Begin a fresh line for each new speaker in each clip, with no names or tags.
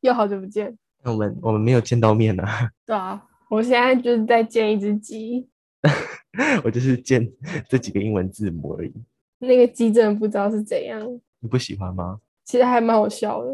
又好久不见。
那我们我们没有见到面呢、
对啊，我现在就是在见一只鸡，
我就是见这几个英文字母而已。
那个鸡真的不知道是怎样，
你不喜欢吗？
其实还蛮好笑的。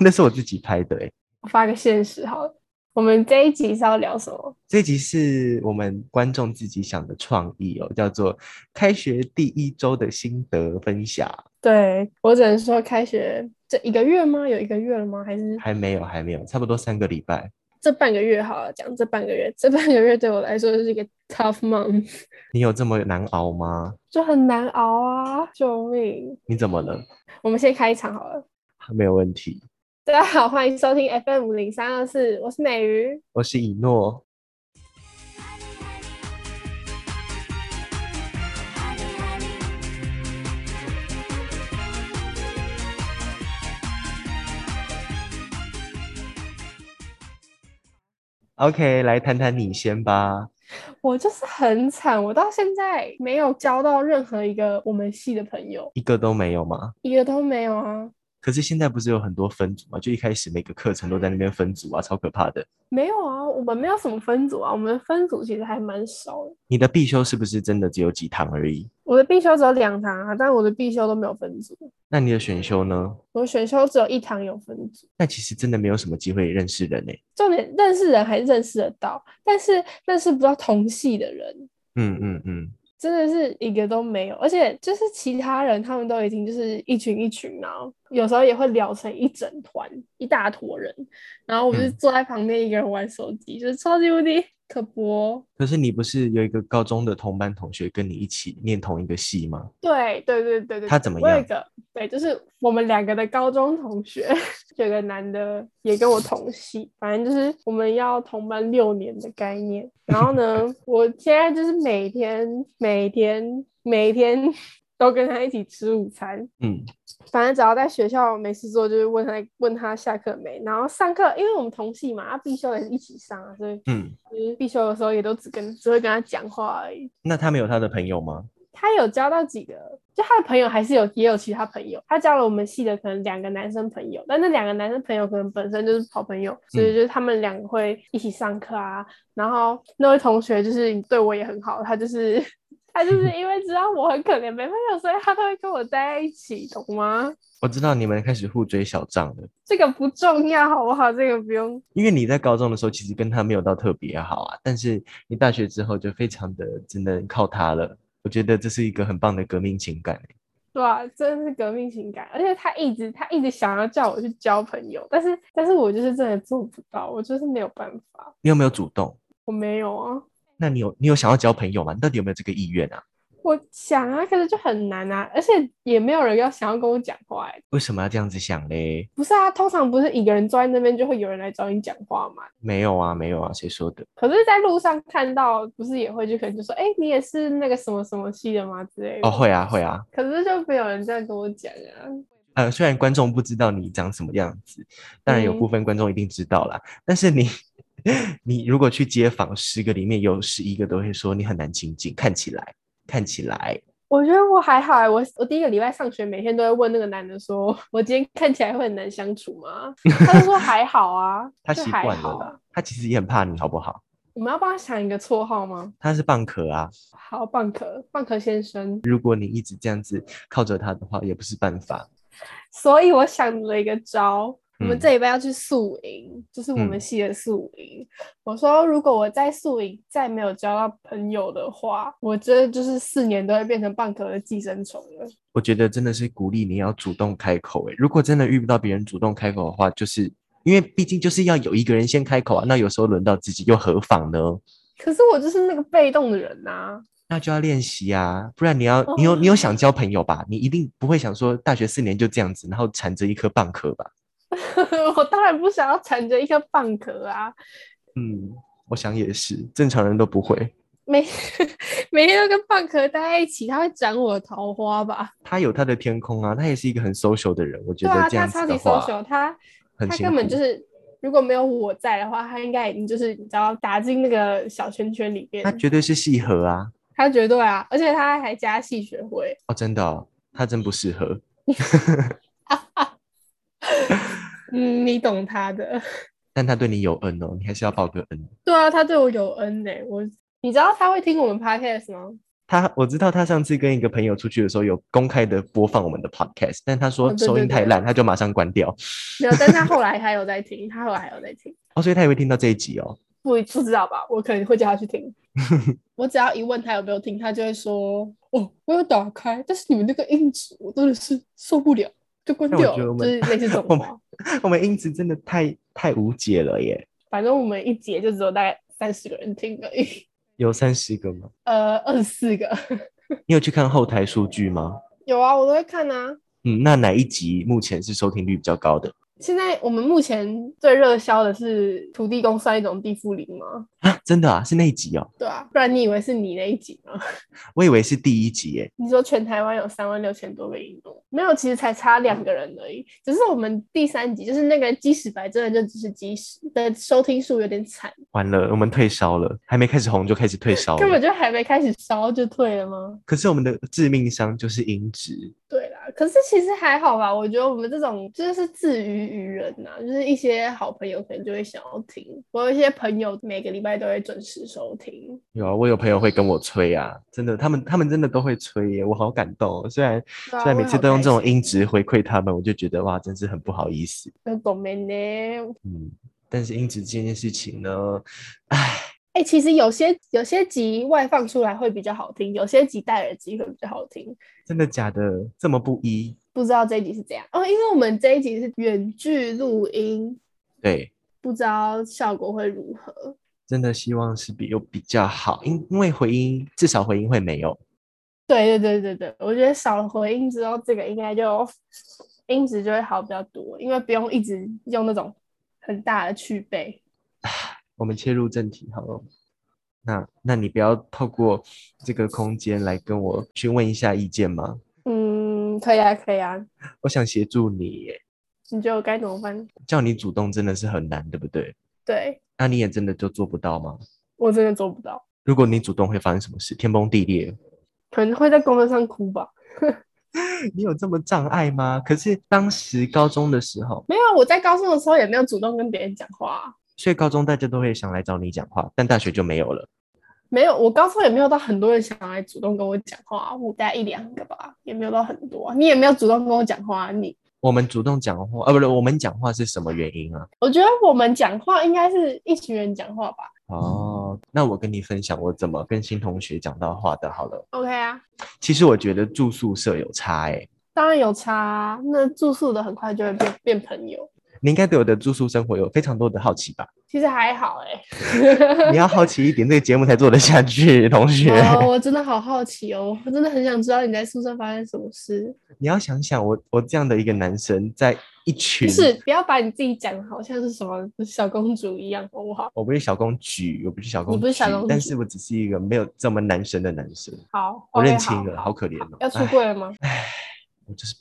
那是我自己拍的哎、
我发个现实好了，我们这一集是要聊什么？
这一集是我们观众自己想的创意哦，叫做开学第一周的心得分享。
对我只能说，开学这一个月吗？有一个月了吗？还是
还没有，还没有，差不多三个礼拜。
这半个月？好了，讲这半个月，这半个月对我来说是一个 tough month，
你有这么难熬吗？
就很难熬啊！救命！
你怎么了？
我们先开一场好了。
没有问题。
大家好，欢迎收听 FM 五零三二四，我是美鱼。
我是以诺，OK，来谈谈你先吧。
我就是很惨，我到现在没有交到任何一个我们系的朋友，
一个都没有吗？
一个都没有啊，
可是现在不是有很多分组吗？就一开始每个课程都在那边分组啊，超可怕的。
没有啊，我们没有什么分组啊，我们的分组其实还蛮少的。
你的必修是不是真的只有几堂而已？
我的必修只有两堂啊，但我的必修都没有分组，
那你的选修呢？
我的选修只有一堂有分组。
那其实真的没有什么机会认识人欸诶、
重点认识人还认识得到，但是认识不到同系的人，
嗯嗯嗯，
真的是一个都没有。而且就是其他人，他们都已经就是一群一群，然后有时候也会聊成一整团一大坨人，然后我就是
嗯
坐在旁边一个人玩手机，就是超级无敌可播。
可是你不是有一个高中的同班同学跟你一起念同一个系吗？
对对对对对，
他
对
怎么
我有一
样
个对，就是我们两个的高中同学， 有个男的也跟我同系，反正就是我们要同班六年的概念。然后 呢，我现在就是每天每天每天 都跟他一起吃午餐，
嗯，
反正只要在学校没事做，就是问他问他下课没，然后上课，因为我们同系嘛，他啊必修也是一起上啊，所以
嗯，
就是必修的时候也都只跟只会跟他讲话而已。
那他没有他的朋友吗？
他有交到几个，就他的朋友还是有，也有其他朋友。他交了我们系的可能两个男生朋友，但那两个男生朋友可能本身就是好朋友，所以就是他们两个会一起上课啊。然后那位同学就是对我也很好，他就是 他就是因为知道我很可怜没朋友，所以他都会跟我待在一起，懂吗？
我知道你们开始互追小账了，
这个不重要，好不好？这个不用
因为你在高中的时候其实跟他没有到特别好啊，但是你大学之后就非常的只能靠他了。我觉得这是一个很棒的革命情感欸、
对啊，真的是革命情感，而且他一直他一直想要叫我去交朋友，但是但是我就是真的做不到，我就是没有办法。
你有没有主动？
我没有啊，
那你有你有想要交朋友吗？你到底有没有这个意愿啊？
我想啊，可是就很难啊，而且也没有人要想要跟我讲话、欸。
为什么要这样子想嘞？
不是啊，通常不是一个人坐在那边就会有人来找你讲话嘛。
没有啊，没有啊，谁说的？
可是，在路上看到，不是也会就可能就说，哎、你也是那个什么什么系的吗之类的。
哦，会啊，会啊。
可是就没有人这样跟我讲啊。
呃，虽然观众不知道你长什么样子，当然有
嗯
部分观众一定知道啦。但是你， 你如果去街访，十个里面有十一个都会说你很难亲近，看起来，看起来，
我觉得我还好、欸，我我第一个礼拜上学，每天都会问那个男的说，我今天看起来会很难相处吗？他就说还好啊，
他
就
习
还
惯
好
了
啊
啦。。他其实也很怕你，好不好？
我们要帮他想一个绰号吗？
他是蚌壳啊，
好，蚌壳，蚌壳先生。
如果你一直这样子靠着他的话，也不是办法。
所以我想了一个招，我们
嗯
这礼拜要去宿营，就是我们
嗯
系的宿营。我说，如果我在宿营再没有交到朋友的话，我这就是四年都会变成蚌壳的寄生虫了。
我觉得真的是鼓励你要主动开口、欸。如果真的遇不到别人主动开口的话，就是因为毕竟就是要有一个人先开口啊，那有时候轮到自己又何妨呢？
可是我就是那个被动的人呐、啊
那就要练习啊，不然你要你有你
哦
有想交朋友吧？你一定不会想说大学四年就这样子，然后缠着一颗蚌壳吧？
我当然不想要缠着一个蚌壳啊，
嗯，我想也是，正常人都不会。
每 每天都跟蚌壳待在一起，它会斩我的桃花吧？
他有他的天空啊，他也是一个很 social 的人，我觉
对
得
啊，
这
它
样
超级
子的话，
social，它
很
他
辛
根本
苦
就是如果没有我在的话，他应该已经就是你知道打进那个小圈圈里面
他，绝对是戏核啊！
他绝对啊，而且他还加戏学会，
哦，真的、哦，他真不适合。
嗯，你懂他的。
但他对你有恩哦，你还是要报个恩。
对啊，他对我有恩呢、我你知道他会听我们 podcast 吗？
他我知道他上次跟一个朋友出去的时候有公开的播放我们的 podcast，但他
哦
说
对
收
对
音太
对
烂，他就马上关掉。
没有，但他后来还有在听，他后来还有在听，
哦，所以他也会听到这一集哦。
不不知道吧？我可能会叫他去 听。我只要一问他有没有听，他就会说：“哦，我有打开，但是你们那个音质我真的是受不了，就关
那我
掉
觉得
了。”
我
就
们
是类似这 种
我们
话。
我们音质真的太太无解了耶，
反正我们一节就只有大概三十个人听而已，
有三十个吗？
呃，二十四个。
你有去看后台数据吗？
有啊，我都会看啊。
嗯，那哪一集目前是收听率比较高的
现在我们目前最热销的是土地公算一种地缚灵吗？
啊？真的啊，是那一集哦，
对啊，不然你以为是你那一集吗？
我以为是第一集耶。
你说全台湾有三万六千多个银奴，没有，其实才差两个人而已。只是我们第三集就是那个基石白，真的就只是基石的收听数有点惨，
完了，我们退烧了，还没开始红就开始退烧
根本
了。
就还没开始烧就退了吗？
可是我们的致命伤就是音质，
对啦，可是其实还好吧，我觉得我们这种就是自娱于人呐、就是一些好朋友可能就会想要听，我有一些朋友每个礼拜都会准时收听，
有啊，我有朋友会跟我催啊，真的，他们他们真的都会催耶，我好感动、哦。虽然
对啊
虽然每次都用这种音，
我也
质回馈他们，我就觉得哇，真是很不好意思。
好开心很懂妹呢。
嗯，但是音质这件事情呢，唉，
哎、其实有些有些集外放出来会比较好听，有些集戴耳机会比较好听。
真的假的？这么不一？
不知道这一集是怎样哦，因为我们这一集是远距录音，
对，
不知道效果会如何。
真的希望是比有比较好，因因为回音至少回音会没有。
对对对对对，我觉得少了回音之后，这个应该就音质就会好比较多，因为不用一直用那种很大的去背。
我们切入正题好了。那那你不要透过这个空间来跟我询问一下意见吗？
嗯，可以啊，可以啊，
我想协助你耶，
你觉得我该怎么办？
叫你主动真的是很难，对不对？
对
那你也真的就做不到吗？
我真的做不到，
如果你主动会发生什么事？天崩地裂？
可能会在工作上哭吧。
你有这么障碍吗？可是当时高中的时候，
没有，啊我在高中的时候也没有主动跟别人讲话啊、
所以高中大家都会想来找你讲话，但大学就没有了。
没有，我高中也没有到很多人想来主动跟我讲话啊，我大概一两个吧，也没有到很多啊、你也没有主动跟我讲话啊、你
我们主动讲话，呃、啊，不是我们讲话是什么原因啊？
我觉得我们讲话应该是一群人讲话吧
哦，那我跟你分享我怎么跟新同学讲到话的。好了，
？OK 啊，
其实我觉得住宿舍有差欸诶、
当然有差、啊。那住宿的很快就会变变朋友，
你应该对我的住宿生活有非常多的 好奇吧？
其实还好哎、
你要好奇一点，这个节目才做得 下去，同学。
哦，我真的好好奇哦，我真的很想知道你在宿舍发生什么事。
你要想想我，我这样的一个男生，在一群
不是，不要把你自己讲得好像是什么小公主一样，好不好？
我不是小公举，我不是小公举，
你不是小公举哦
但是我只是一个没有这么男神的男生，
好，
我
OK，
认清
好
了，好可怜哦。
要出
唉
柜了吗？
我就是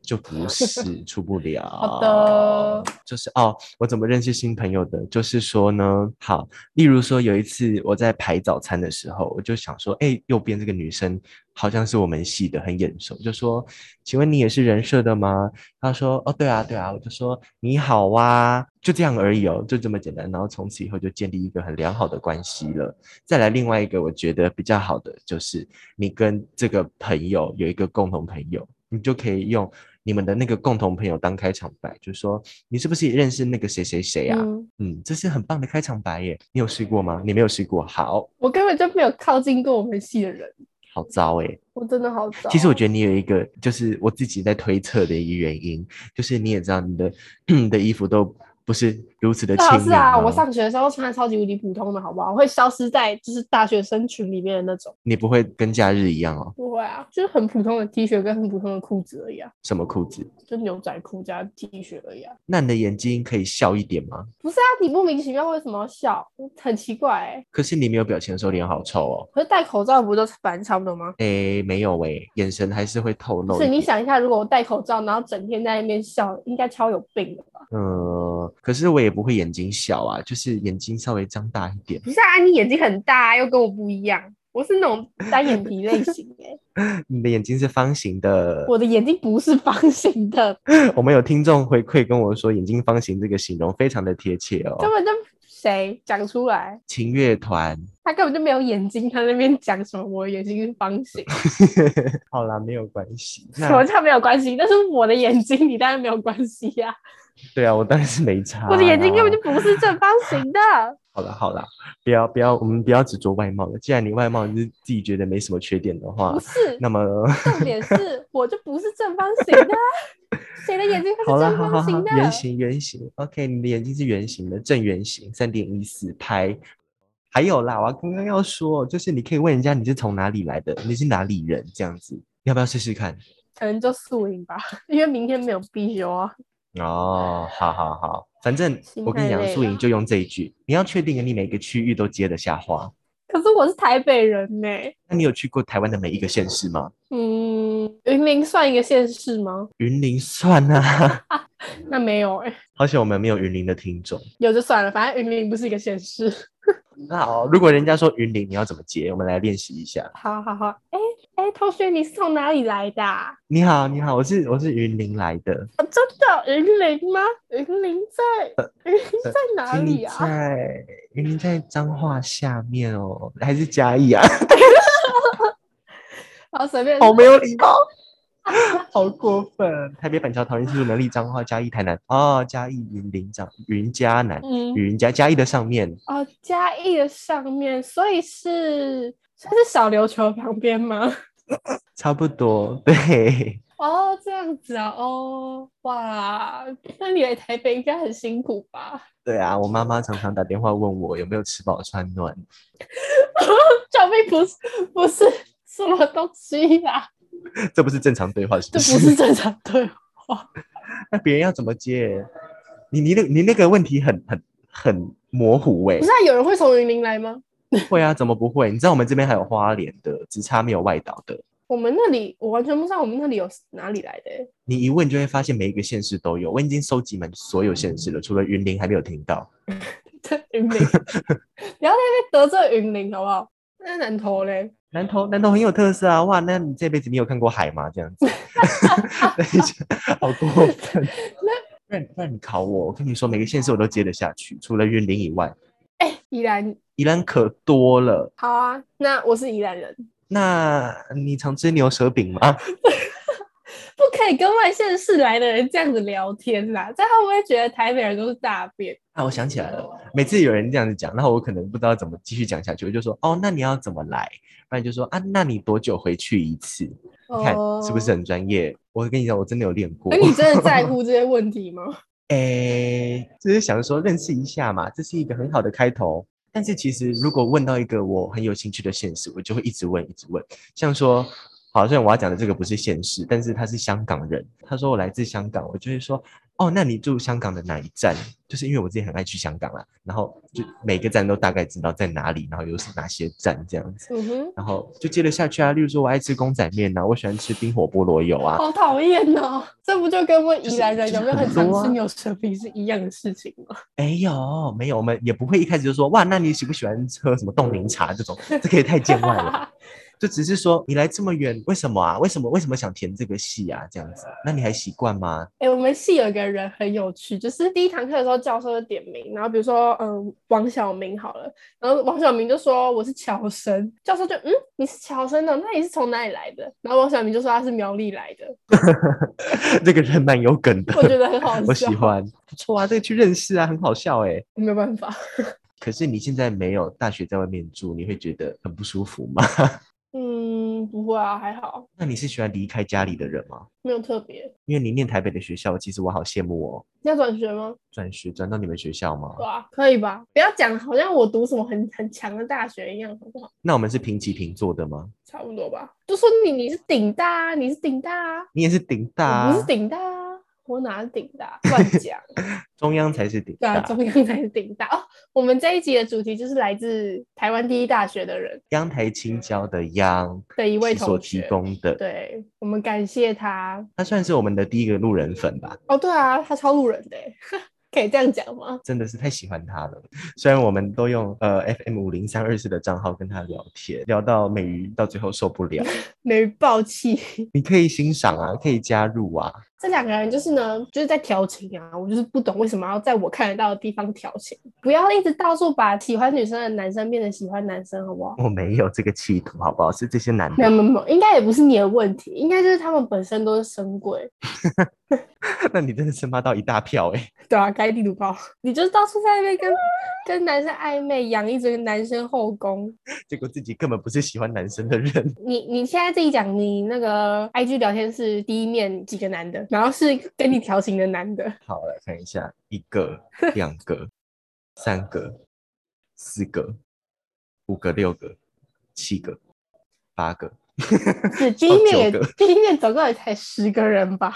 就不是出不了。
好的，
就是哦，我怎么认识新朋友的？就是说呢，好，例如说有一次我在排早餐的时候，我就想说，哎、右边这个女生好像是我们系的，很眼熟，就说，请问你也是人社的吗？她说，哦，对啊，对啊。我就说，你好啊，就这样而已哦，就这么简单。然后从此以后就建立一个很良好的关系了。再来另外一个，我觉得比较好的就是你跟这个朋友有一个共同朋友，你就可以用你们的那个共同朋友当开场白，就说你是不是也认识那个谁谁谁啊？
嗯，
嗯这是很棒的开场白耶。你有试过吗？你没有试过，好
我根本就没有靠近过我们系的人，
好糟哎。
我真的好糟。
其实我觉得你有一个，就是我自己在推测的一个原因，就是你也知道你的 你的衣服都不是如此的
最
亲
好
民
是啊，
吗
我上学的时候穿的超级无敌普通的，好不好？我会消失在就是大学生群里面的那种。
你不会跟假日一样哦？
不会啊，就是很普通的 T 恤跟很普通的裤子而已啊，
什么裤子？
就牛仔裤加 T 恤而已啊。
那你的眼睛可以笑一点吗？
不是啊，你莫名其妙为什么要笑？很奇怪哎、
可是你没有表情的时候脸好臭哦。
可是戴口罩不都反正差不多吗？
诶，没有诶，眼神还是会透露一
所以
点。
你想一下，如果我戴口罩，然后整天在那边笑，应该超有病的吧？
呃，可是我也不会眼睛小啊，就是眼睛稍微张大一点。
不是啊，你眼睛很大啊，又跟我不一样。我是那种单眼皮类型哎、
你的眼睛是方形的。
我的眼睛不是方形的，
我们有听众回馈跟我说，眼睛方形这个形容非常的贴切
根
哦。
本就谁讲出来，
情乐团，
他根本就没有眼睛，他那边讲什么我的眼睛是方形，
好啦，没有关 系。
什么
那
叫没有关系？但是我的眼睛你当然没有关系呀、
对啊，我当然是没差啦。
我的眼睛根本就不是正方形 的。
好啦好啦，不要不要，我们不要只做外貌了。既然你外貌你是自己觉得没什么缺点的话
不，是，
那么
重点是我就不是正方形 的啊，谁的眼睛它
好
是
啦
正
好好
方
好
形，的？
圆形圆形，OK，你的眼睛是圆形的，正圆形，三点一四拍。还有啦，我刚刚要说，就是你可以问人家你是从哪里来的，你是哪里人这样子，要不要试试看？
可能就素影吧，因为明天没有必修啊。
哦，好好好，反正
心
我跟你
太
讲，
累
素
了
影就用这一句，你要确定你每个区域都接得下话。
可是我是台北人呢、
那你有去过台湾的每一个县市吗？
嗯，云林算一个县市吗？
云林算啊，
那没有哎、
好险我们没有云林的听众。
有就算了，反正云林不是一个县市。
那好，如果人家说云林，你要怎么接？我们来练习一下。
好好好，哎、哎、同学，你是从哪里来的、啊？
你好，你好，我是我是云林来的，
啊真的云林吗？云林在 云林在哪
呃请
里
你
啊？
在云林在彰化下面哦，还是嘉义啊？
好，随便。
好没有礼貌， 好过分！台北板桥桃园新竹能力彰化嘉义台南哦，嘉义云林彰云嘉南
嗯，
云嘉嘉义的上面，
哦，嘉义的上面，所以是它是小琉球旁边吗？
差不多 对。
哦，这样子啊，哦，哇，那你来台北应该很辛苦吧？
对啊，我妈妈常常打电话问我有没有吃饱穿暖，
救命，不是不是什么东西呀、
这不是正常对话是
这
不
不
是？
是正常对话。
那 别人要怎么接？你你那你那个问题很很很模糊哎、
不是、啊、有人会从云林来吗？
会啊，怎么不会？你知道我们这边还有花莲的，只差没有外岛的。
我们那里我完全不知道我们那里有哪里来的欸、
你一问就会发现每一个县市都有。我已经收集满所有县市
嗯
了，除了云林还没有听到。
这 云林，不要在那边得罪云林好不好？那南投嘞，
南投南投很有特色啊！哇，那你这辈子你有看过海吗？这样 子， 等一下好过分。那那你考我，我跟你说，每个县市我都接得下去，除了云林以外，
哎、宜兰
宜兰可多了。
好啊，那我是宜兰人，
那你常吃牛舌饼吗？啊
不可以跟外县市来的人这样子聊天啦，这样会不会觉得台北人都是大便？
啊，我想起来了，每次有人这样子讲，然后我可能不知道怎么继续讲下去，我就说哦，那你要怎么来？不然就说啊，那你多久回去一次？你看是不是
哦？
很专业？我跟你讲，我真的有练过
那。你真的 在乎这些问题吗？
诶，就是想说认识一下嘛，这是一个很好的开头。但是其实如果问到一个我很有兴趣的现实，我就会一直问，一直问。像说，好像我要讲的这个不是现实，但是他是香港人，他说我来自香港，我就会说，哦，那你住香港的哪一站？就是因为我自己很爱去香港啦，然后就每个站都大概知道在哪里，然后又是哪些站这样子，
嗯哼，
然后就接得下去啊。例如说我爱吃公仔面呐、我喜欢吃冰火菠萝油啊，
好讨厌哦！这不就跟问
就
宜
是
兰人
就
有
是
没有很
很
常
多啊
吃牛舌饼是一样的事情吗？
没有，哎没有，我们也不会一开始就说哇，那你喜不喜欢喝什么冻柠茶这种，这个也太见外了。就只是说你来这么远，为什么啊？为什么为什么想填这个系啊？这样子，那你还习惯吗？
哎、我们系有一个人很有趣，就是第一堂课的时候，教授就点名，然后比如说，嗯，王小明好了，然后王小明就说我是侨生，教授就嗯，你是侨生的，那你是从哪里来的？然后王小明就说他是苗栗来的，
这个人蛮有梗的，
我觉得很好笑，
我喜，欢，不错啊，这个去认识啊，很好笑哎、
没有办法，
可是你现在没有大学在外面住，你会觉得很不舒服吗？
嗯，不会啊，还好，
那你是喜欢离开家里的人吗？
没有特别。
因为你念台北的学校，其实我好羡慕哦。
要转学吗？
转学转到你们学校吗？
对啊，可以吧？不要讲好像我读什么很很强的大学一样，好不好？
那我们是平起平坐的吗？
差不多吧。就说你你是顶大、啊，你是顶大、啊，
你也是顶大、啊，
我不是顶大、啊，我哪是顶大、乱讲。
中央才是顶
对
大
啊，。中央才是顶大哦。我们这一集的主题就是来自台湾第一大学的人
央台青交的央
的一位
是所
同
提
学。
供的，
对，我们感谢他。
他算是我们的第一个路人粉吧。
哦，对啊，他超路人的欸， 可以这样讲吗？
真的是太喜欢他了。虽然我们都用呃 FM 五零三二四的账号跟他聊天，聊到美鱼到最后受 不了，
美鱼爆气。
你可以欣赏啊，可以加入啊。
这两个人就是呢，就是在调情啊，我就是不懂为什么要在我看得到的地方调情，不要一直到处把喜欢女生的男生变成喜欢男生，好不好？
我没有这个企图，好不好？是这些男
没有没
的，
有没有，应该也不是你的问题，应该就是他们本身都是神鬼，
那你真的是骂到一大票哎、
对啊，该地图炮， 你就是到处在那边跟跟男生暧昧，养一整个男生后宫。
结果自己根本不是喜欢男生的人，
你你现在自己讲，你那个 IG 聊天室第一面几个男的，然后是跟你调情的男 的，
好，来看一下，一个、两个、三个、四个、五个、六个、七个、八个。
是第一面也
九个
第一面总共也才十个人吧？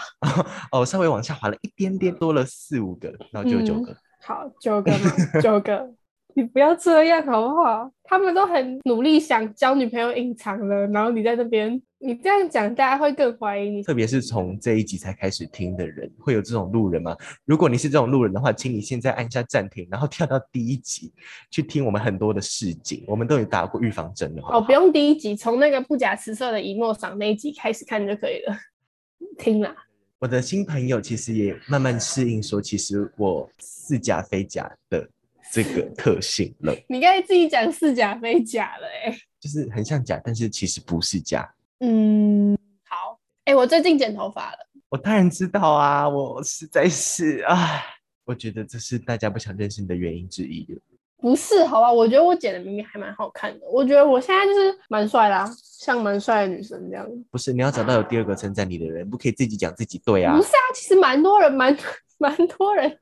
哦，稍微往下滑了一点点，多了四五个，然后就有九个。
好，九个嘛，九个。你不要这样好不好？他们都很努力想交女朋友隐藏了，然后你在那边，你这样讲，大家会更怀疑你。
特别是从这一集才开始听的人，会有这种路人吗？如果你是这种路人的话，请你现在按下暂停，然后跳到第一集去听我们很多的市井，我们都有打过预防针的。
哦，
好不
不
好？
用第一集，从那个不假辞色的一诺赏那一集开始看就可以了。 听啦，
我的新朋友其实也慢慢适应，说其实我似假非假的这个特性了，
你刚才自己讲是假非假了、欸，
就是很像假，但是其实不是假。
嗯，好，哎、我最近剪头发了，
我当然知道啊，我实在是啊，我觉得这是大家不想认识你的原因之一了。
不是，好吧？我觉得我剪的明明还蛮好看的，我觉得我现在就是蛮帅啦，像蛮帅的女生这样。
不是，你要找到有第二个称赞你的人，不可以自己讲自己对 啊
不。是啊，其实蛮多人， 蛮蛮多人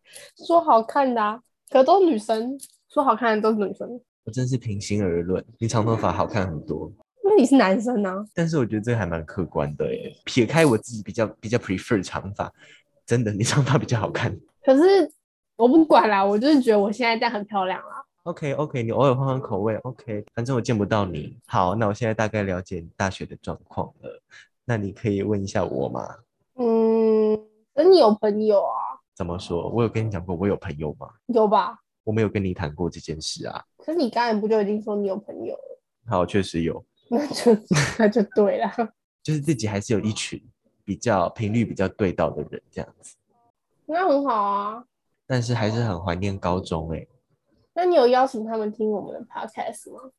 说好看的啊，可都是女生说好看的都是女生，
我真是平心而论，你长头发好看很多，
因为你是男生啊。
但是我觉得这个还蛮客观的耶。撇开我自己比较比较 prefer 长发，真的你长发比较好看。
可是我不管啦，我就是觉得我现在这样很漂亮啊啦。
OK OK，你偶尔换换口味 OK，反正我见不到你。好，那我现在大概了解你大学的状况了。那你可以问一下我吗？
嗯，那你有朋友啊？
怎么说？我有跟你讲过我有朋友吗？
有吧？
我没有跟你谈过这件事啊。
可是你刚才不就已经说你有朋友了？
好，确实有，
那就那就对了。
就是自己还是有一群比较频率比较对到的人这样子，
那很好啊。
但是还是很怀念高中哎、
那你有邀请他们听我们的 podcast 吗？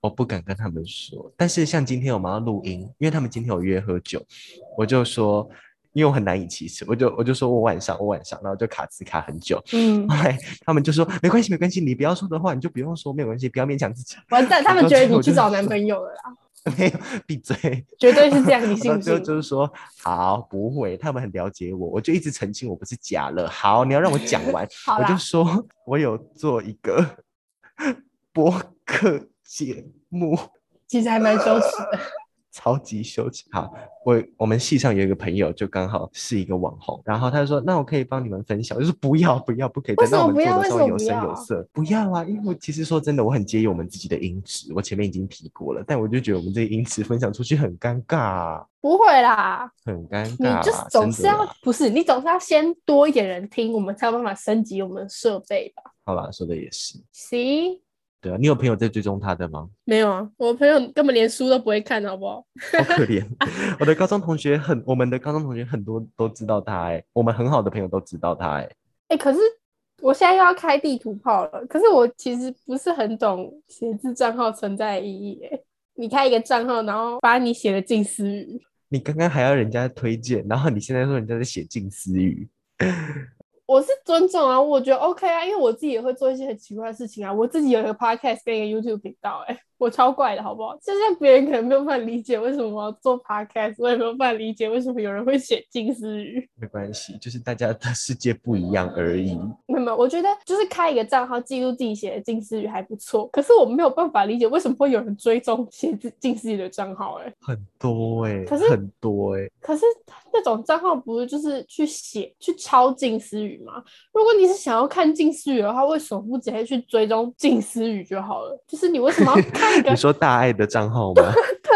我不敢跟他们说。但是像今天我们要录音，因为他们今天有约喝酒，我就说，因为我很难以启齿，我就我就说我晚上我晚上，然后就卡词卡很久。
嗯，
后来他们就说没关系没关系，你不要说的话你就不用说，没有关系，不要勉强自己。
完蛋，他们
我
觉得
就
你去找男朋友了啦，
没有，闭嘴。
绝对是这样，你
我
信
到
不
最后
信？
就是说，好，不会，他们很了解我，我就一直澄清我不是假了。好，你要让我讲完，
好
我就
啦，
说我有做一个 播客节目，
其实还蛮羞耻的。
超级羞耻。好，我我们系上有一个朋友，就刚好是一个网红，然后他就说，那我可以帮你们分享，我就说不要不要，不可以，
为
等
什么
到我们
不要
做的时
为什
候
么
有
不
声
要
有色，不要啊，因为其实说真的，我很介意我们自己的音质，我前面已经提过了，但我就觉得我们这个音质分享出去很尴尬啊、
不会啦，
很尴
你
尬啊，
就是总
真
是
的
要
啦
不是你总是要先多一点人听，我们才有办法升级我们的设备吧
好啦，说的也是，
行，
对啊，你有朋友在追踪他的吗？
没有啊，我朋友根本连书都不会看，好不好？
好可怜，我的高中同学很，我们的高中同学很多都知道他、哎，我们很好的朋友都知道他、哎，
哎、可是我现在又要开地图炮了。可是我其实不是很懂写字账号存在的意义、欸。你开一个账号，然后把你写的近思语，
你刚刚还要人家推荐，然后你现在说人家在写近思语，
我是尊重啊，我觉得 OK 啊，因为我自己也会做一些很奇怪的事情啊。我自己有一个 podcast 跟一个 YouTube 频道、欸，哎，我超怪的好不好？就像别人可能没有办法理解为什么我要做 podcast，我也没有办法理解为什么有人会写近思语。
没关系，就是大家的世界不一样而已。
没有，没有，我觉得就是开一个账号记录自己写的近似语还不错，可是我没有办法理解为什么会有人追踪 写字近似语的账号、欸，哎，
很多哎、
可是
很多哎、
可是那种账号不是就是去写去抄近似语吗？如果你是想要看近似语的话，为什么不直接去追踪近似语就好了？就是你为什么 要看一个
你？说大爱的账号吗？
对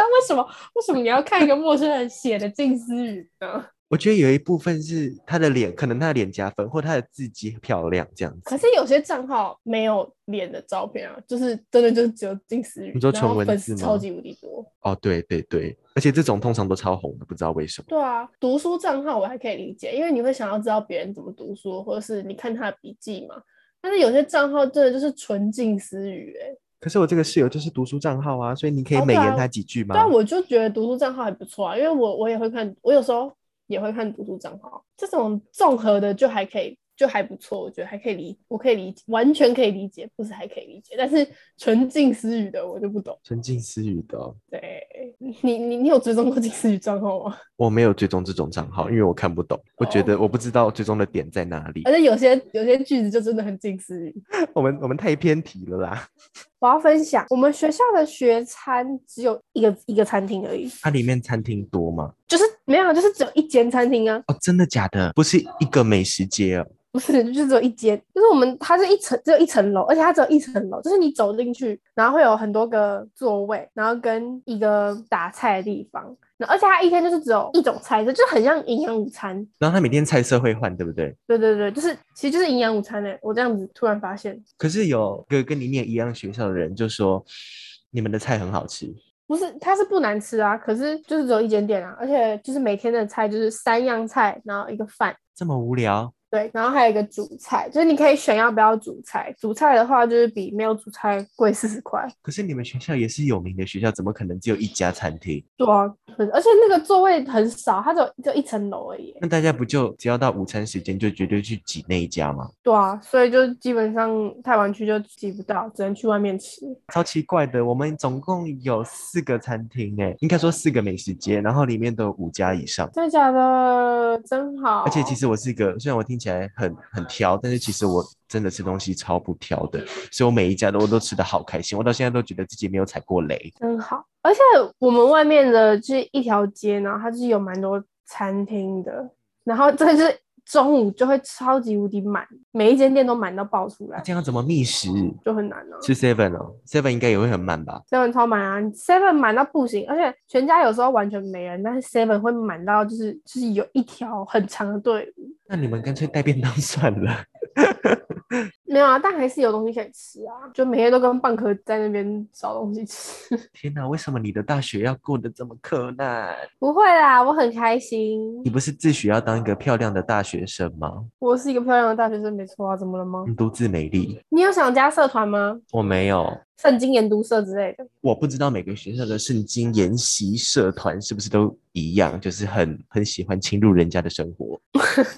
啊，为什么为什么你要看一个陌生人写的近似语呢？
我觉得有一部分是她的脸，可能她的脸加分，或她的字迹漂亮这样
可
子。
是有些账号没有脸的照片啊，就是真的就是只有近似语，
你说
然
纯
后
文
粉
字
丝
吗
超级无敌多。
哦，对对对，而且这种通常都超红的，不知道为什么。
对啊，读书账号我还可以理解，因为你会想要知道别人怎么读书，或者是你看他的笔记嘛。但是有些账号真的就是纯近思语、欸，
可是我这个室友就是读书账号啊，所以你可
哦对
以美
啊
言他几句吗？
但我就觉得读书账号还不错啊，因为我我也会看，我有时候也会看读书账号，这种综合的就还可以，就还不错，我觉得还可以理，我可以理解，完全可以理解，不是还可以理解，但是纯近思语的我就不懂。
纯净私语的哦、
对你，你你有追踪过近思语账号吗？
我没有追踪这种账号，因为我看不懂，我觉
哦
得我不知道追踪的点在哪里。
而且有些有些句子就真的很近思语。
我们我们太偏题了啦，
我要分享，我们学校的学餐只有一个一个餐厅而已，
它里面餐厅多吗？
就是没有，啊就是只有一间餐厅啊，
哦，真的假的？不是一个美食街哦。
不是，就是只有一间，就是我们它是一层，只有一层楼，而且它只有一层楼，就是你走进去，然后会有很多个座位，然后跟一个打菜的地方，然后而且它一天就是只有一种菜色，就很像营养午餐。
然后它每天菜色会换，对不对？
对对对，就是其实就是营养午餐呢、欸我这样子突然发现，
可是有个跟你念一样学校的人就说，你们的菜很好吃，
不是，它是不难吃啊，可是就是只有一间店啊，而且就是每天的菜就是三样菜，然后一个饭。
这么无聊。
对，然后还有一个主菜，就是你可以选要不要主菜。主菜的话，就是比没有主菜贵四十块。
可是你们学校也是有名的学校，怎么可能只有一家餐厅？
对啊，很而且那个座位很少，它只有就一层楼而已。
那大家不就只要到午餐时间就绝对去挤那一家吗？
对啊，所以就基本上太湾区就挤不到，只能去外面吃。
超奇怪的，我们总共有四个餐厅诶，应该说四个美食街，然后里面都有五家以上。
真的假的？真好。
而且其实我是一个，虽然我听起来很很挑，但是其实我真的吃东西超不挑的，所以我每一家都我都吃的好开心，我到现在都觉得自己没有踩过雷。
真好，而且我们外面的就是一条街，然后它就是有蛮多餐厅的，然后真的是中午就会超级无敌满，每一间店都满到爆出
那
来，
啊这样怎么觅食？
就很难啊。
吃 seven 哦，seven 应该也会很满吧？
seven 超满啊，seven 满到不行，而且全家有时候完全没人，但是 seven 会满到就是就是有一条很长的队伍。
那你们干脆带便当 算了。
没有啊，但还是有东西可以吃啊，就每天都跟蚌壳在那边找东西吃。
天哪，为什么你的大学要过得这么困难？
不会啦，我很开心
你，不是自诩要当一个漂亮的大学生吗？
我是一个漂亮的大学生，没错啊，怎么了吗？
你独自美丽，
你有想加社团吗？
我没有。
圣经研读社之类的，
我不知道每个学校的圣经研习社团是不是都一样，就是很很喜欢侵入人家的生活。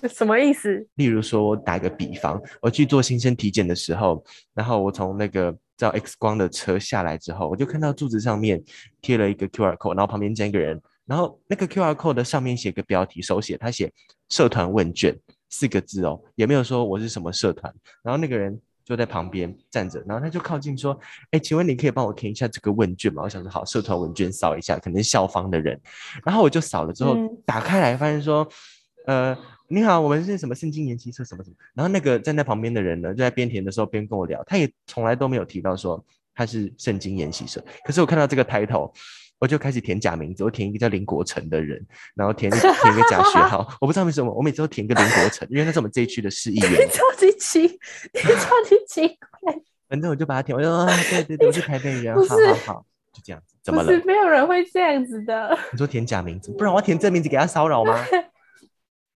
什么意思？
例如说，我打一个比方，我去做新生体检的时候，然后我从那个照 X 光的车下来之后，我就看到柱子上面贴了一个 QR code，然后旁边站一个人，然后那个 QR code 的上面写个标题，手写，他写“社团问卷”四个字哦，也没有说我是什么社团，然后那个人。就在旁边站着，然后他就靠近说：“哎，请问你可以帮我填一下这个问卷吗？”我想说好，社团问卷扫一下，可能是校方的人。然后我就扫了之后，
嗯
打开来发现说，呃，你好，我们是什么圣经研习社什么什么。然后那个站在旁边的人呢，就在边填的时候边跟我聊，他也从来都没有提到说他是圣经研习社。可是我看到这个抬头，我就开始填假名字，我填一个叫林国成的人，然后填一个填一个假学号，我不知道为什么，我每次都填一个林国成，因为那是我们这一区的市议员。
超级奇，你 超级奇怪，
反正我就把它填，我就啊，对对对，我是台北人，
不
好
是
好好，就这样子。怎么
不
了
是？没有人会这样子的。
你说填假名字，不然我要填真名字给他骚扰吗？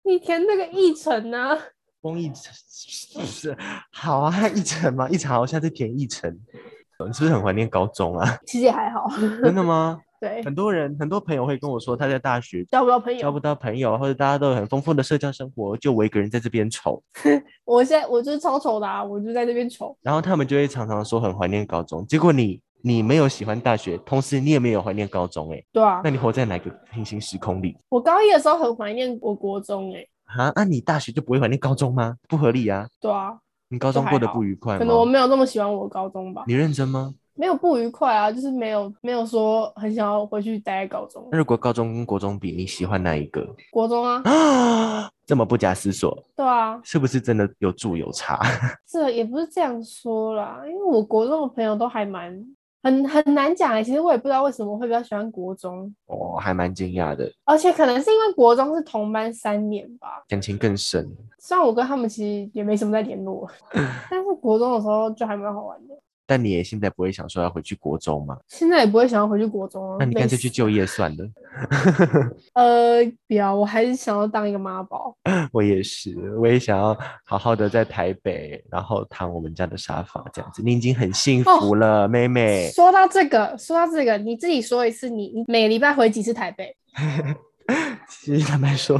你填那个议程呢、
封一城是好啊，一城嘛，一城好，我下次填一城。你是不是很怀念高中啊？
其实也还好。
真 的吗？
对，
很多人，很多朋友会跟我说，他在大学
交不到朋
交
友。
不到朋友，或者大家都有很丰富的社交生活，就我一个人在这边愁。
我现在我就是超丑的啊，我就在这边丑。
然后他们就会常常说很怀念高中，结果你你没有喜欢大学，同时你也没有怀念高中、欸，
对啊
那，你活在哪个平行时空里？
我高一的时候很怀念我国中欸诶、
啊，那、你大学就不会怀念高中吗？不合理啊！
对啊，
你高中
还
过得
好
不愉快
可能我
哎吗？
没有那么喜欢我高中吧，
你认真吗？
没有不愉快啊，就是没有没有说很想要回去待在高中
那，如果高中跟国中比，你喜欢哪一个？
国中啊，
啊，这么不假思索，
对啊，
是不是真的有住有差？
这也不是这样说啦，因为我国中的朋友都还蛮很很难讲哎、其实我也不知道为什么会比较喜欢国中，
我、哦还蛮惊讶的，
而且可能是因为国中是同班三年吧。
感情更深。
虽然我跟他们其实也没什么在联络， 但是国中的时候就还蛮好玩的。
但你也现在不会想说要回去国中吗？
现在也不会想要回去国中啊。
那你干脆
累
去
死
就业算了。
呃，不要，我还是想要当一个妈宝。
我也是，我也想要好好的在台北，然后躺我们家的沙发这样子。你已经很幸
哦
福了，妹妹。
说到这个，说到这个，你自己说一次，你你每个礼拜回几次台北？
其实坦白说，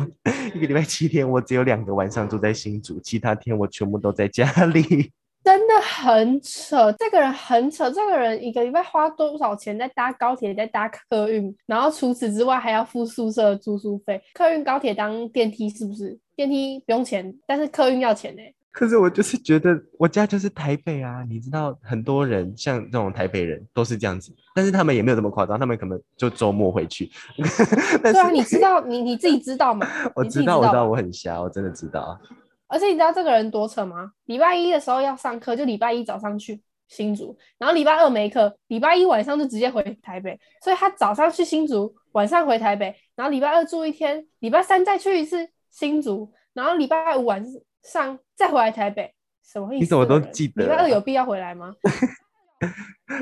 一个礼拜七天，我只有两个晚上住在新竹，其他天我全部都在家里。
真的很扯，这个人很扯，这个人一个礼拜花多少钱在搭高铁，在搭客运，然后除此之外还要付宿舍的住宿费，客运、高铁当电梯是不是？电梯不用钱，但是客运要钱呢、欸
可是我就是觉得我家就是台北啊，你知道很多人像这种台北人都是这样子，但是他们也没有这么夸张，他们可能就周末回去。 但
对啊，你
是
知道你你自己知道嘛？
我
你自己
知道，我知
吧
道，我很瞎，我真的知道。
而且你知道这个人多扯吗？礼拜一的时候要上课，就礼拜一早上去新竹，然后礼拜二没课，礼拜一晚上就直接回台北，所以他早上去新竹，晚上回台北，然后礼拜二住一天，礼拜三再去一次新竹，然后礼拜五晚上再回来台北，什么意思？
你怎么
这个人
都记得
礼拜
啊
二有必要回来吗？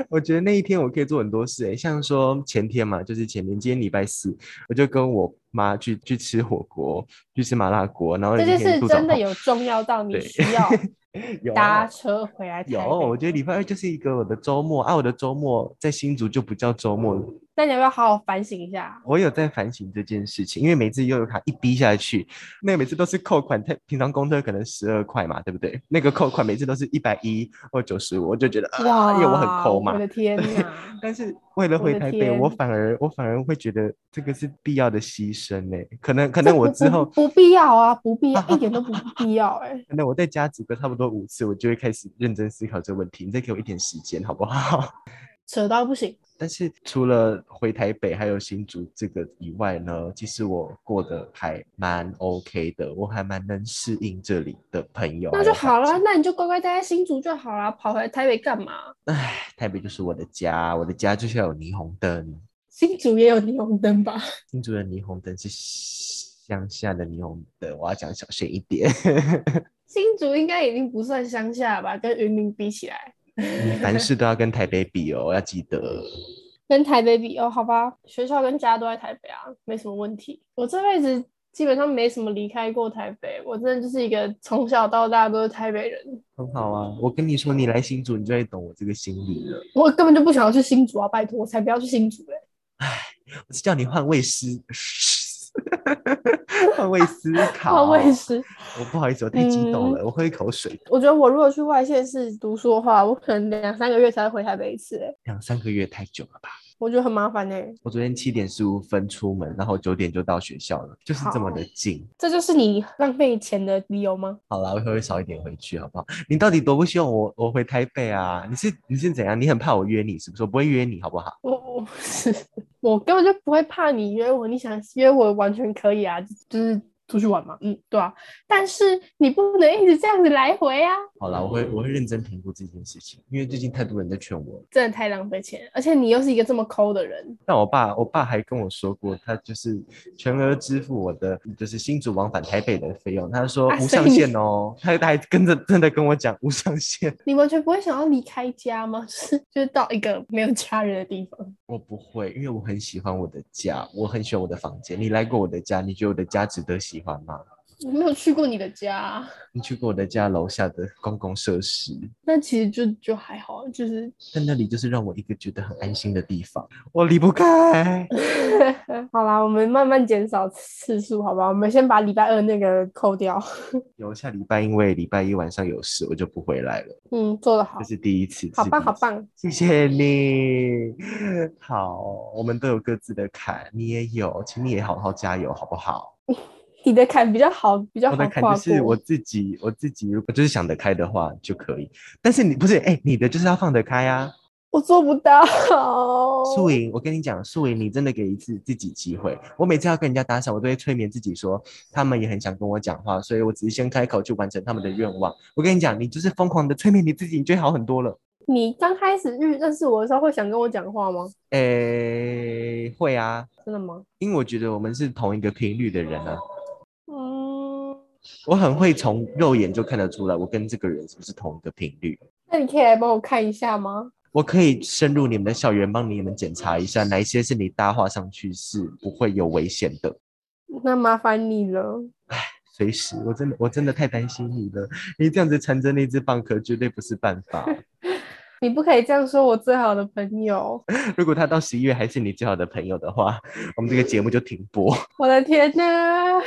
我觉得那一天我可以做很多事、欸，像说前天嘛，就是前天，今天礼拜四，我就跟我妈去去吃火锅，去吃麻辣锅，然后
这
那
件
天
事
肚子
真的
好
有重要到你
对
需要
有啊
搭车回来台北
有，
吗？
我觉得礼拜二就是一个我的周末啊，我的周末在新竹就不叫周末了，
那你要不要好好反省一下？
我有在反省这件事情，因为每次悠游卡一逼下去，那每次都是扣款，它平常公车可能十二块嘛，对不对？那个扣款每次都是一百一或九十五，我就觉得啊，
哇，
因为我很抠嘛
我。的天 哪！
但是为了
我
回
的
台北，我
天
反而我反而会觉得这个是必要的牺牲呢、可能可
这
能我
不
之
不
后，
不必要啊，不必 要，一点都不必要哎、
可能我在家只个差不多五次，我就会开始认真思考这个问题。你再给我一点时间好不好？
扯到不行。
但是除了回台北还有新竹这个以外呢，其实我过得还蛮 OK 的，我还蛮能适应这里的朋友。
那就好
哦了
了，。那你就乖乖待在新竹就好了，跑回台北干嘛？
唉，台北就是我的家，我的家就是要有霓虹灯。
新竹也有霓虹灯吧？
新竹的霓虹灯是乡下的霓虹灯，我要讲小声一点。
新竹应该已经不算乡下吧，跟云林比起来，
你 凡事都要跟台北比哦，要记得。
跟台北比哦，好吧，学校跟家都在台北啊，没什么问题。我这辈子基本上没什么离开过台北，我真的就是一个从小到大都是台北人，
很好啊，我跟你说，你来新竹，你就会懂我这个心理了。
我根本就不想要去新竹啊，拜托，我才不要去新竹嘞、
我是叫你换位思， 换位思考。
换位思嗯
我不好意思，我太激动了，我喝一口水。
我觉得我如果去外县市读书的话，我可能两三个月才会回台北一次、欸，
两哎三个月太久了吧？
我觉得很麻烦哎、
我昨天七点十五分出门，然后九点就到学校了，就是这么的近。
这就是你浪费钱的理由吗？
好啦，我会不会少一点回去，好不好？你到底多不希望我我回台北啊？你是你是怎样？你很怕我约你是不是？我不会约你，好不好？
我我不是， 我根本就不会怕你约我，你想约我完全可以啊，就是出去玩嘛，嗯，对啊。但是你不能一直这样子来回啊，
好啦，我会我会认真评估这件事情，因为最近太多人在劝我了。
真的太浪费钱了，而且你又是一个这么抠的人，
但我爸，我爸还跟我说过，他就是全额支付我的，就是新竹往返台北的费用。他说
啊
无
所以
上
你
限哦，他他还跟着真的跟我讲无上限。
你完全不会想要离开家吗？ 就是就是到一个没有家人的地方，
我不会，因为我很喜欢我的家，我很喜欢我的房间。你来过我的家，你觉得我的家值得喜欢吗？
我没有去过你的家啊、
你去过我的家楼下的公共设施，
那其实就就还好，就是
但那里就是让我一个觉得很安心的地方，我离不开。
好啦，我们慢慢减少次数，好吧？我们先把礼拜二那个扣掉。
有下礼拜，因为礼拜一晚上有事，我就不回来了。
嗯，做得好
这，是第一次，这
好
是
棒，
第一
好
次
棒。
谢谢你，好，我们都有各自的坎，你也有，请你也好好加油，好不好？
你的坎比较好，比较
我
好
的
跨
坎
过。
就是我自己，我自己如果就是想得开的话就可以，但是你不是，哎、你的就是要放得开啊。
我做不到。哦
素莹，我跟你讲，素莹，你真的给一次自己机会。我每次要跟人家搭讪，我都会催眠自己说，他们也很想跟我讲话，所以我只是先开口去完成他们的愿望。我跟你讲，你就是疯狂的催眠你自己，你就会好很多了。
你刚开始遇认识我的时候，会想跟我讲话吗？
诶、会啊，
真的吗？
因为我觉得我们是同一个频率的人啊。
嗯，
我很会从肉眼就看得出来，我跟这个人是不是同一个频率。
那你可以来帮我看一下吗？
我可以深入你们的校园，帮你们检查一下哪一些是你搭话上去是不会有危险的。
那麻烦你了。
随时，我真的我真的太担心你了，你这样子缠着那只蚌壳绝对不是办法。
你不可以这样说我最好的朋友，
如果他到十一月还是你最好的朋友的话，我们这个节目就停播。
我的天哪！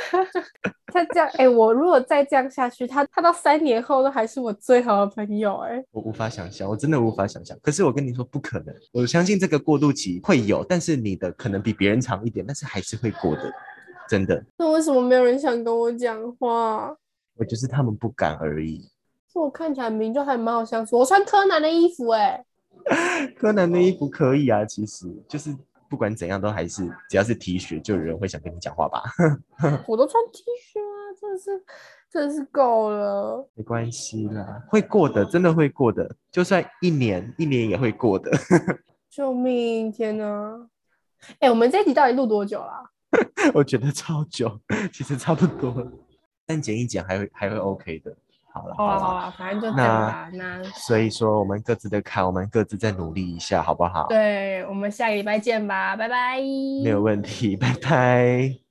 他这样，哎、我如果再这样下去，他他到三年后都还是我最好的朋友、哎，
我无法想象，我真的无法想象。可是我跟你说不可能，我相信这个过渡期会有，但是你的可能比别人长一点，但是还是会过的，真的。
那为什么没有人想跟我讲话？
我就是他们不敢而已。
说我看起来明明就还蛮好相处，我穿柯南的衣服、哎，
柯南的衣服可以啊，其实就是不管怎样都还是，只要是 T 恤，就有人会想跟你讲话吧。
我都穿 T 恤啊，真的是真的是够了。
没关系啦，会过的，真的会过的。就算一年，一年也会过的。
救命！天哪！哎、我们这一集到底录多久啊啦、
我觉得超久，其实差不多了，但剪一剪还会还会 OK 的。好了
好啊啦好
了，
啦，反正就这样吧。那
所以说我们各自的看，我们各自再努力一下，好不好？
对我们下个礼拜见吧，拜拜。
没有问题，拜拜。